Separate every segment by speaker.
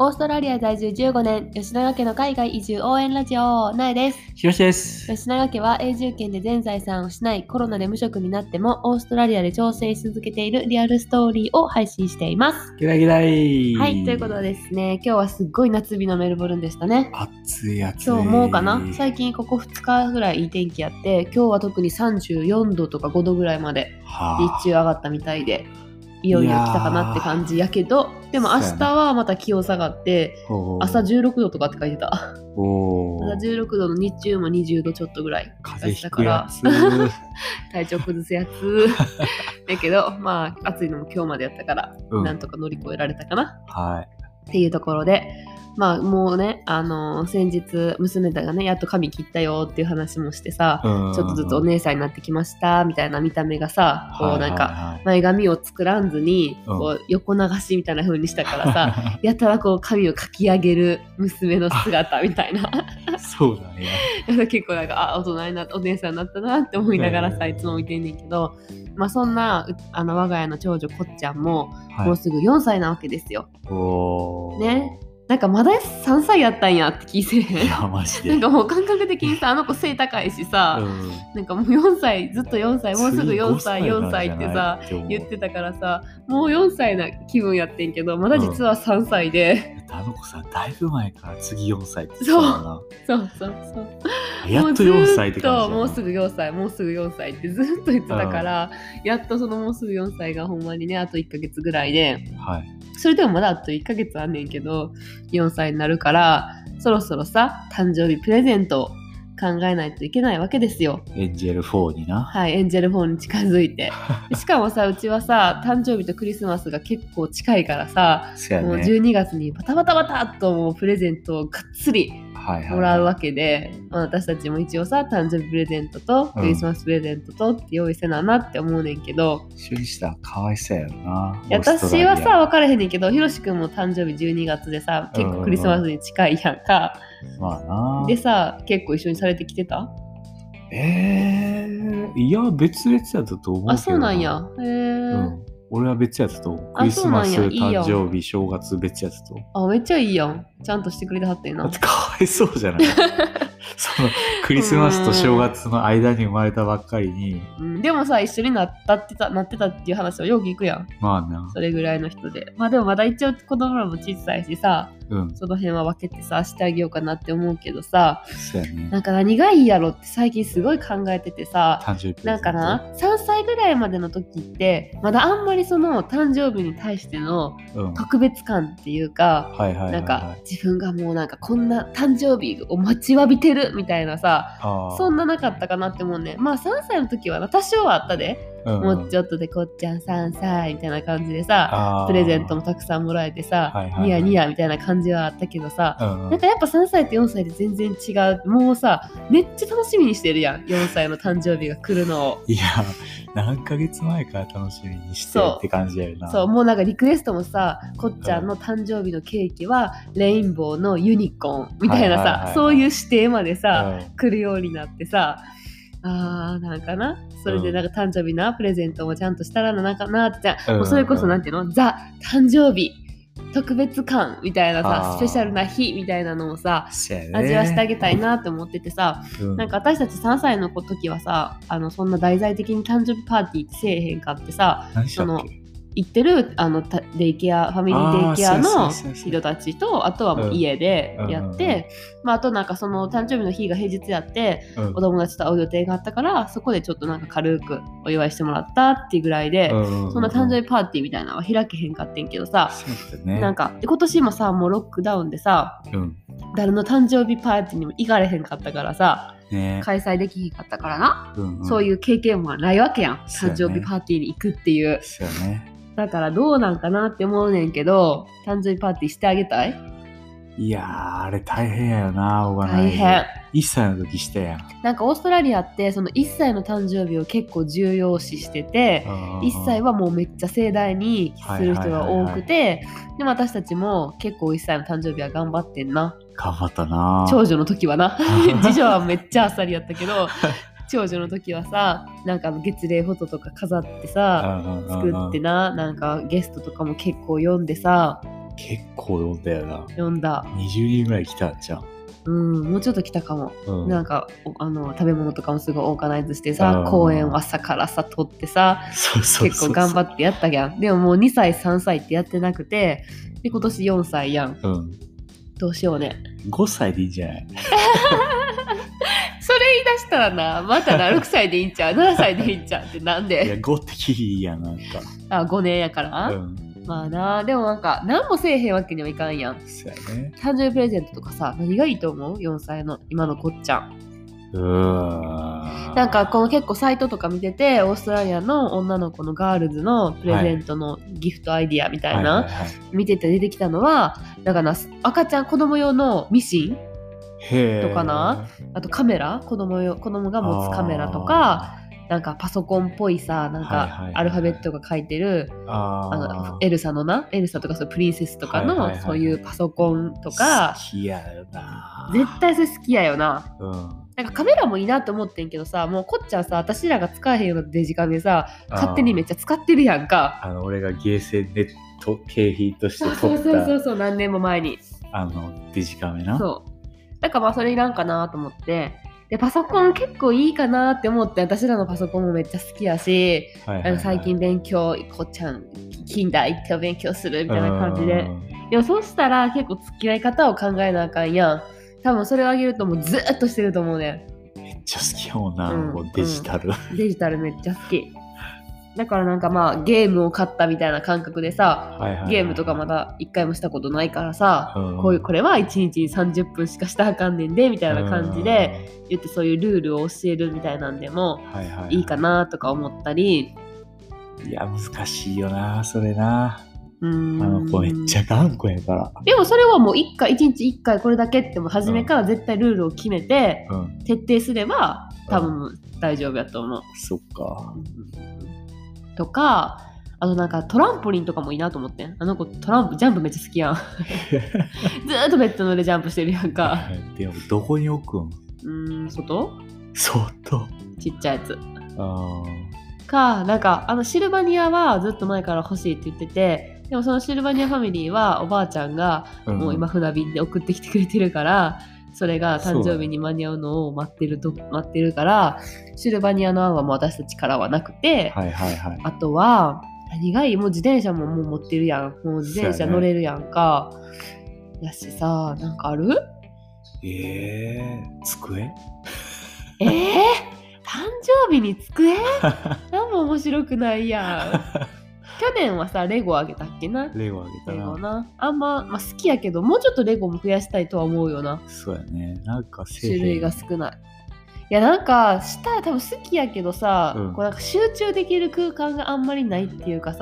Speaker 1: オーストラリア在住15年、吉永家の海外移住応援ラジオ、なえです。
Speaker 2: ひろしです。
Speaker 1: 吉永家は永住権で全財産を失い、コロナで無職になっても、オーストラリアで挑戦し続けているリアルストーリーを配信しています。
Speaker 2: ギラギラい。
Speaker 1: はい、ということで。ですね、今日はすっごい夏日のメルボルンでしたね。
Speaker 2: 暑い暑い。
Speaker 1: 今日もうかな最近ここ2日ぐらいいい天気あって、今日は特に34度とか5度ぐらいまで
Speaker 2: は
Speaker 1: 日中上がったみたいでいよいよ来たかなって感じやけどでも明日はまた気温下がって
Speaker 2: あ、
Speaker 1: 朝
Speaker 2: おー
Speaker 1: 16度とかって書いてた
Speaker 2: お
Speaker 1: 朝
Speaker 2: ー。
Speaker 1: 16度の日中も20度ちょっとぐらい
Speaker 2: 風邪
Speaker 1: だ
Speaker 2: ひ
Speaker 1: か
Speaker 2: く
Speaker 1: ら
Speaker 2: やつ。
Speaker 1: 体調崩すやつ だけどまあ暑いのも今日までやったから、
Speaker 2: うん
Speaker 1: なんとか乗り越えられたかな
Speaker 2: はい。
Speaker 1: っていうところでまあもうねあのー先日娘たがねやっと髪切ったよっていう話もしてさ
Speaker 2: ちょ
Speaker 1: ちょっとずつお姉さんになってきましたみたいな見た目がさこうなんか
Speaker 2: か。
Speaker 1: 前髪を作らんずに、
Speaker 2: うん
Speaker 1: こう横流しみたいな風にしたからさ
Speaker 2: さ。
Speaker 1: やたらこう髪をかき上げる娘の姿みたいな
Speaker 2: そうだ ね。
Speaker 1: 結構なんかあ大人になったお姉さんになったなって思いながらさ
Speaker 2: うん
Speaker 1: いつも見てんねんけど、まあ、そんなうあの我が家の長女こっちゃんもも
Speaker 2: は
Speaker 1: う
Speaker 2: い。
Speaker 1: すぐ4歳なわけですよ。
Speaker 2: おー
Speaker 1: ね。なんかまだ3歳やったんやって聞いて
Speaker 2: い
Speaker 1: へん。
Speaker 2: や、マジで。
Speaker 1: なんかもう感覚的にさあの子背高いしさ、
Speaker 2: うん
Speaker 1: なんかもう4歳ずっと4歳もうすぐ4歳
Speaker 2: 次
Speaker 1: 4
Speaker 2: 五
Speaker 1: 歳ってさ
Speaker 2: なんじゃない
Speaker 1: 言ってたからさもう4歳な気分やってんけどまだ実は3歳で、
Speaker 2: あの子さ、だいぶ前から次4歳って言って
Speaker 1: そう
Speaker 2: たもんな
Speaker 1: そうそうそう
Speaker 2: やっと
Speaker 1: もうず
Speaker 2: 4
Speaker 1: ー
Speaker 2: 歳って感じだな。
Speaker 1: もうすぐ4歳もうすぐ4歳ってずっと言ってたから、やっとそのもうすぐ4歳がほんまにねあと1ヶ月ぐらいで
Speaker 2: はい。
Speaker 1: それでもまだあと1ヶ月あんねんけど4歳になるからそろそろさ誕生日プレゼントを考えないといけないわけですよ。
Speaker 2: エンジェル4にな。
Speaker 1: はい、エンジェルフォンに近づい て。しかもさ、うちはさ、誕生日とクリスマスが結構近いからさ、
Speaker 2: そうや
Speaker 1: もう
Speaker 2: ね。
Speaker 1: 12月にバタバタバタっともうプレゼントをがっつり
Speaker 2: はいはい
Speaker 1: もらうわけで、まあ私たちも一応さ誕生日プレゼントとクリスマスプレゼントとって用意せななって思うねんけど、
Speaker 2: 一緒にしたらかわいそうやろな。
Speaker 1: いや
Speaker 2: オーストラ
Speaker 1: 私
Speaker 2: リア
Speaker 1: はさ分からへんねんけどひろしくんも誕生日12月でさ結構クリスマスに近いやんか、
Speaker 2: まあな。
Speaker 1: でさ結構一緒にされてきてた
Speaker 2: えー、いや、別々やったと思うけど。
Speaker 1: あそうなんや。へえ、
Speaker 2: うん。俺は別やったと思う。ク
Speaker 1: あ
Speaker 2: リ
Speaker 1: そ
Speaker 2: ス
Speaker 1: うな
Speaker 2: マ
Speaker 1: ん
Speaker 2: ス、
Speaker 1: やいいやん
Speaker 2: 誕生日、正月、別やったと思う。
Speaker 1: あめっちゃいいやんちゃんとしてくれてはってん
Speaker 2: だ
Speaker 1: な
Speaker 2: ってかわいそうじゃない そのクリスマスと正月の間に生まれたばっかりに、
Speaker 1: うん、でもさ一緒になったってたなってたっていう話はよく聞くやん
Speaker 2: まあな。
Speaker 1: それぐらいの人でまあでもまだ一応子供らも小さいしさ
Speaker 2: うん。
Speaker 1: その辺は分けてさしてあげようかなって思うけどさ
Speaker 2: そうやね。
Speaker 1: なんか何がいいやろって最近すごい考えててさ
Speaker 2: 誕生日プレゼント。
Speaker 1: なんかな3歳ぐらいまでの時ってまだあんまりその誕生日に対しての
Speaker 2: うん。はい
Speaker 1: 特別感っていうか
Speaker 2: はいはい、はい。
Speaker 1: なんか自分がもうなんかこんな誕生日を待ちわびてるみたいなさ
Speaker 2: あー、
Speaker 1: そんななかったかなって思うねまあ3歳の時はな多少はあったで
Speaker 2: うん
Speaker 1: もうちょっとでこっちゃん3歳みたいな感じでさ
Speaker 2: あー
Speaker 1: プレゼントもたくさんもらえてさ、
Speaker 2: はいはいはい
Speaker 1: ニヤニヤみたいな感じはあったけどさ、
Speaker 2: うん
Speaker 1: なんかやっぱ3歳と4歳で全然違うもうさめっちゃ楽しみにしてるやん4歳の誕生日が来るのを
Speaker 2: いや、何ヶ月前から楽しみにして
Speaker 1: そう
Speaker 2: って感じやよな。
Speaker 1: そうもうなんかリクエストもさこっちゃんの誕生日のケーキはレインボーのユニコーンみたいなさ、
Speaker 2: はいはいはいはい
Speaker 1: そういう指定までさ、
Speaker 2: うん
Speaker 1: 来るようになってさあーなんかなそれでなんか誕生日なプレゼントもちゃんとしたらなかなってもうそれこそなんていうのザ誕生日特別感みたいなさ
Speaker 2: あー
Speaker 1: スペシャルな日みたいなのをさ
Speaker 2: そうやね
Speaker 1: 味わしてあげたいなって思っててさ、
Speaker 2: うん
Speaker 1: なんか私たち3歳の子時はさあのそんな題材的に誕生日パーティーってせえへんかってさ
Speaker 2: 何した
Speaker 1: そ
Speaker 2: っけ
Speaker 1: の行ってるあのたデイケアファミリーデイケア
Speaker 2: あ
Speaker 1: の
Speaker 2: ーそうやそうやそう
Speaker 1: 人
Speaker 2: や
Speaker 1: たちとあとはもう家でやって、まあ、あとなんかその誕生日の日が平日やって
Speaker 2: うん
Speaker 1: お友達と会う予定があったからそこでちょっとなんか軽くお祝いしてもらったっていうぐらいで、
Speaker 2: うん
Speaker 1: そんな誕生日パーティーみたいなのは開けへんかってんけどさ、
Speaker 2: そうやね
Speaker 1: なんかで今年もさもうロックダウンでさ
Speaker 2: うん
Speaker 1: 誰の誕生日パーティーにも行かれへんかったからさ
Speaker 2: ね
Speaker 1: 開催できへんかったからな、
Speaker 2: うん
Speaker 1: そう
Speaker 2: うん
Speaker 1: いう経験もないわけやん
Speaker 2: そう
Speaker 1: 誕
Speaker 2: やね
Speaker 1: 生日パーティーに行くっていう
Speaker 2: そうやね
Speaker 1: だからどうなんかなって思うねんけど誕生日パーティーしてあげたい
Speaker 2: いやーあれ大変やよなおば
Speaker 1: 大変
Speaker 2: 1歳の時してやん
Speaker 1: なんかオーストラリアってその1歳の誕生日を結構重要視してて、1歳
Speaker 2: は
Speaker 1: はもうめっちゃ盛大にする人が多くてでも私たちも結構1歳の誕生日は頑張ってんな
Speaker 2: 頑張ったな
Speaker 1: 長女の時は な次女はめっちゃあっさりやったけど長女の時はさなんかあの月齢フォトとか飾ってさ
Speaker 2: うんうんうんうん
Speaker 1: 作ってななんかゲストとかも結構読んでさ
Speaker 2: 結構読んだよな。
Speaker 1: 読んだ。
Speaker 2: 20人ぐらい来たんじゃん。
Speaker 1: うん、もうちょっと来たかも。
Speaker 2: うん、
Speaker 1: なんかおあの食べ物とかもすごいオーガナイズしてさ
Speaker 2: うん
Speaker 1: 公園を朝からさ撮ってさ
Speaker 2: そうそう
Speaker 1: 結
Speaker 2: そう
Speaker 1: 構頑張ってやったやんでももう2歳3歳ってやってなくてで今年4歳やん
Speaker 2: うん、
Speaker 1: どうしようね
Speaker 2: 5歳でいいんじゃない
Speaker 1: それ言い出したらなまた な6歳でいいんちゃう7歳でいいんちゃうってなん
Speaker 2: いや
Speaker 1: で
Speaker 2: 5ってキリいいやんなんか、
Speaker 1: あ5年やか
Speaker 2: う
Speaker 1: ら、
Speaker 2: ん、
Speaker 1: まあなでもなんか何もせえへんわけにはいかんやん
Speaker 2: そうやね
Speaker 1: 誕生日プレゼントとかさ何がいいと思う4歳の今のこっちゃん
Speaker 2: うーん
Speaker 1: なんかこの結構サイトとか見ててオーストラリアの女の子のガールズのプレゼントのギフトアイディアみたいな、
Speaker 2: はいはいはい
Speaker 1: 見てて出てきたのはだから赤ちゃん子供用のミシン
Speaker 2: へー
Speaker 1: とかなあとカメラ子供用子供が持つカメラとかなんかパソコンっぽいさなん
Speaker 2: はいはいは
Speaker 1: か
Speaker 2: い
Speaker 1: アルファベットが書いてる、
Speaker 2: あー
Speaker 1: あの
Speaker 2: ー
Speaker 1: エルサのなエルサとかそうプリンセスとかの、
Speaker 2: はいはいはい
Speaker 1: そういうパソコンとか
Speaker 2: 好きやよな
Speaker 1: 絶対それ好きやよな。
Speaker 2: うん
Speaker 1: なんかカメラもいいなと思ってんけどさもうこっちはさ私らが使えへんようなデジカメさ勝手にめっ
Speaker 2: ち
Speaker 1: ちゃ使ってるやんか。
Speaker 2: ゃあの俺がゲーセンでと景品として
Speaker 1: そう
Speaker 2: 撮
Speaker 1: そうそ
Speaker 2: っ
Speaker 1: うそう
Speaker 2: た
Speaker 1: そう何年も前に。
Speaker 2: あのデジカメな
Speaker 1: そう。だからまあそれいらんかなと思って。で、パソコン結構いいかなって思って、私らのパソコンもめっちゃ好きやし、
Speaker 2: はいは
Speaker 1: あの
Speaker 2: いはい
Speaker 1: 最近勉強、こっちゃん、近代行ってお勉強するみたいな感じで
Speaker 2: う。ん
Speaker 1: でもそうしたら結構付き合い方を考えなあかんやん。多分それをあげるともうずーっとしてると思うね
Speaker 2: めっちゃ好きやもんな、
Speaker 1: うん
Speaker 2: もうデジタル、
Speaker 1: ん。デジタルめっちゃ好き。だからなんかまあゲームを買ったみたいな感覚でさ、
Speaker 2: はいはいはい
Speaker 1: ゲームとかまだ一回もしたことないからさ、
Speaker 2: うん
Speaker 1: こういうこれは1日に30分しかしたらあかんねんでみたいな感じで、言ってそういうルールを教えるみたいなんでも
Speaker 2: うん、はいはいはい
Speaker 1: いかなとか思ったり
Speaker 2: いや難しいよなそれな
Speaker 1: う
Speaker 2: あ
Speaker 1: ーん
Speaker 2: の子めっちゃ頑固やから
Speaker 1: でもそれはもう1回1日1回これだけってもう初めから絶対ルールを決めて
Speaker 2: うん
Speaker 1: 徹底すれば多分大丈夫やと思う。
Speaker 2: そっか
Speaker 1: とかあとなんかトランポリンとかもいいなと思ってんあの子トランプジャンプめっちゃ好 きやんずーっとベッドの上でジャンプしてるやん か
Speaker 2: でもどこに置くん
Speaker 1: うーん外
Speaker 2: 相当
Speaker 1: ちっちゃいやつ
Speaker 2: あ
Speaker 1: かなんかあのシルバニアはずっと前から欲しいって言っててでもそのシルバニアファミリーはおばあちゃんが
Speaker 2: ーん
Speaker 1: もう今船便で送ってきてくれてるから、それが誕生日に間に合うのを待ってると待ってるからシルバニアの案はもう私たちからはなくて、
Speaker 2: はいはいはい
Speaker 1: あとは何がいいもう自転車ももう持ってるやんもう自転
Speaker 2: そ
Speaker 1: 車
Speaker 2: うやね
Speaker 1: 乗れるやんかやしさなんかある
Speaker 2: ええー、机
Speaker 1: えー、誕生日に 机何も面白くないやん去年はさレゴあげたっけな
Speaker 2: レゴあげた
Speaker 1: レ
Speaker 2: な
Speaker 1: ゴなあんま、まあ、好きやけどもうちょっとレゴも増やしたいとは思うよな
Speaker 2: そうやねなんかせえへ
Speaker 1: 種
Speaker 2: ん
Speaker 1: 類が少ないいやなんかしたら多分好きやけどさ、
Speaker 2: うん
Speaker 1: こうなんか集中できる空間があんまりないっていうかさ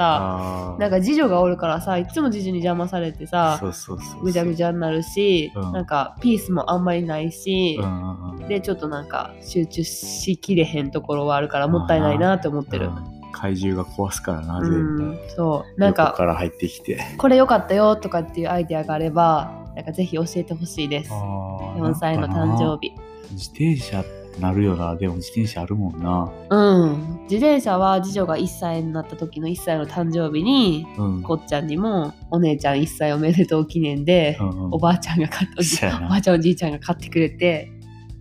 Speaker 2: あー
Speaker 1: なんか次女がおるからさいつも次女に邪魔されてさ
Speaker 2: そうそうそうそう
Speaker 1: ぐちゃぐちゃになるし、
Speaker 2: うん
Speaker 1: なんかピースもあんまりないし
Speaker 2: う、んうんうん
Speaker 1: でちょっとなんか集中しきれへんところはあるからもったいないなって思ってる、
Speaker 2: うん怪獣が壊すからな
Speaker 1: う
Speaker 2: 全部、
Speaker 1: ん、そうなん
Speaker 2: 横
Speaker 1: か
Speaker 2: から入ってきて
Speaker 1: これ良かったよとかっていうアイディアがあればなんかぜひ教えてほしいです4
Speaker 2: 4
Speaker 1: 歳の誕生日
Speaker 2: 日自転車ってなるよなでも自転車あるもんな
Speaker 1: うん自転車は次女が1歳になった時の1歳の誕生日に
Speaker 2: うん
Speaker 1: こっちゃんにもお姉ちゃん1歳おめでとう記念で、
Speaker 2: うんうん
Speaker 1: おばあちゃんが買っておじ
Speaker 2: そうやな
Speaker 1: おばあちゃんおじいちゃんが買ってくれて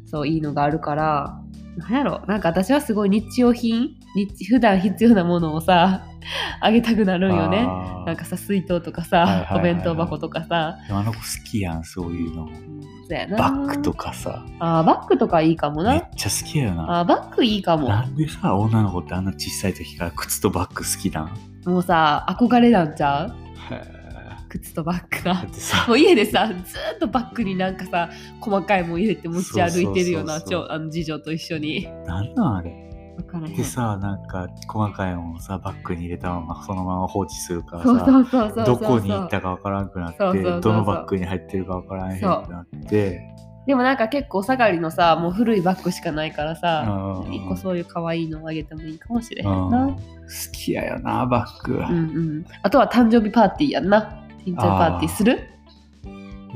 Speaker 1: そういいのがあるからなんやろなんか私はすごい日用品日 普段必要なものをさあげたくなるんよね
Speaker 2: あー
Speaker 1: なんかさ水筒とか
Speaker 2: はいはい
Speaker 1: さ
Speaker 2: はい
Speaker 1: お
Speaker 2: はい
Speaker 1: 弁当箱とかさ
Speaker 2: でもあの子好きやんそういうの
Speaker 1: そうやな
Speaker 2: バッグとかさ
Speaker 1: あーバッグとかいいかも
Speaker 2: めっ
Speaker 1: な
Speaker 2: ちゃ好きやよな
Speaker 1: あーバッグいいかも
Speaker 2: なんでさ女の子ってあんな小さい時から靴とバッグ好きなん
Speaker 1: もうさ憧れなんちゃう
Speaker 2: だ
Speaker 1: 靴とバッグが
Speaker 2: ってさ
Speaker 1: もう家でさずーっとバッグになんかさ細かいもん入れて持ち歩いてるような
Speaker 2: そうそうそうそう
Speaker 1: ちょあの次女と一緒に
Speaker 2: なんなんあれ
Speaker 1: 分からへん
Speaker 2: で
Speaker 1: そう
Speaker 2: さなんか細かいものをさバッグに入れたままそのまま放置するからさ
Speaker 1: そうそうそうそう
Speaker 2: どこに行ったかわからんくなって
Speaker 1: そうそうそうそう
Speaker 2: どのバッグに入ってるかわからへんくなって
Speaker 1: でもなんか結構お下がりのさもう古いバッグしかないからさ
Speaker 2: うん
Speaker 1: 一個そういう可愛いのをあげてもいいかもしれへん
Speaker 2: うん
Speaker 1: な
Speaker 2: 好きやよなバッグ、
Speaker 1: うんうんあとは誕生日パーティーやんな誕生日パーティーする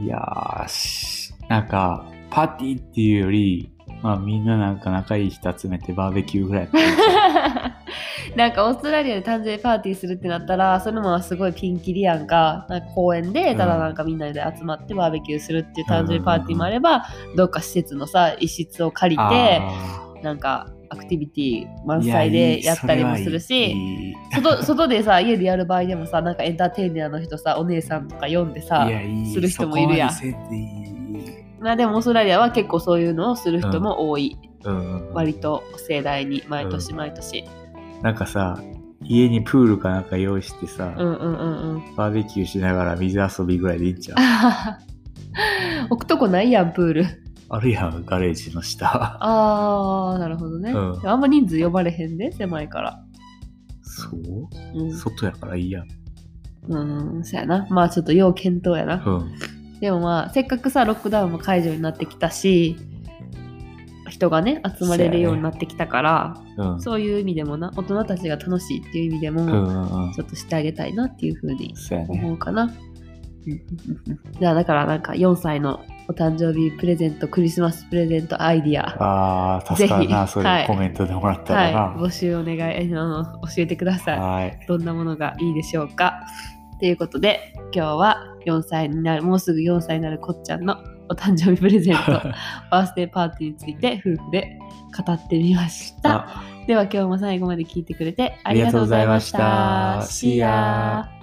Speaker 2: いやーしなんかパーティーっていうよりまあみんななんか仲いい人集めてバーベキューぐらい。
Speaker 1: なんかオーストラリアで誕生日パーティーするってなったらそれもすごいピンキリやんかなんか公園でただなんかみんなで集まってバーベキューするっていう誕生日パーティーもあれば、どっか施設のさ一室を借りて
Speaker 2: あ
Speaker 1: なんかアクティビティ
Speaker 2: ー
Speaker 1: 満載
Speaker 2: い
Speaker 1: でや
Speaker 2: や
Speaker 1: ったりもする
Speaker 2: それはい
Speaker 1: し
Speaker 2: いいい
Speaker 1: 外外でさ家でやる場合でもさなんかエンターテイナーの人さお姉さんとか呼んでさ
Speaker 2: いやいい
Speaker 1: する人もいるやん
Speaker 2: そこまでせんでいい
Speaker 1: まあでもオーストラリアは結構そういうのをする人も多い、
Speaker 2: うん
Speaker 1: 割と盛大に毎年毎年、
Speaker 2: なんかさ家にプールかなんか用意してさ、
Speaker 1: うん、うんうんうん
Speaker 2: バーベキューしながら水遊びぐらいでいいんじゃん
Speaker 1: あはは置くとこないやんプール
Speaker 2: あるやんガレージの下
Speaker 1: あーなるほどね、
Speaker 2: うん
Speaker 1: あんま人数呼ばれへんで狭いから
Speaker 2: そう
Speaker 1: うん
Speaker 2: 外やからいいやん
Speaker 1: うんそやなまあちょっと要検討やな、
Speaker 2: うん
Speaker 1: でもまあせっかくさロックダウンも解除になってきたし人がね集まれるようになってきたから
Speaker 2: うん
Speaker 1: そう,、いう意味でもな大人たちが楽しいっていう意味でも、
Speaker 2: うんうんうん
Speaker 1: ちょっとしてあげたいなっていうふうに
Speaker 2: そうやね
Speaker 1: 思うかな。じゃあだからなんか4歳のお誕生日プレゼントクリスマスプレゼントアイディア、
Speaker 2: あー助かる
Speaker 1: ぜ
Speaker 2: な
Speaker 1: ひ
Speaker 2: そ
Speaker 1: は
Speaker 2: れ
Speaker 1: い
Speaker 2: コメントでもらった
Speaker 1: はい
Speaker 2: らな、、
Speaker 1: 募集お願いあの教えてください。
Speaker 2: はい。
Speaker 1: どんなものがいいでしょうかということで今日は4歳になるもうすぐ4歳になるこっちゃんのお誕生日プレゼン トバースデーパーティーについて夫婦で語ってみました
Speaker 2: あ
Speaker 1: では今日も最後まで聞いてくれてありがとうございました
Speaker 2: ありがとうございまし
Speaker 1: See
Speaker 2: た
Speaker 1: ya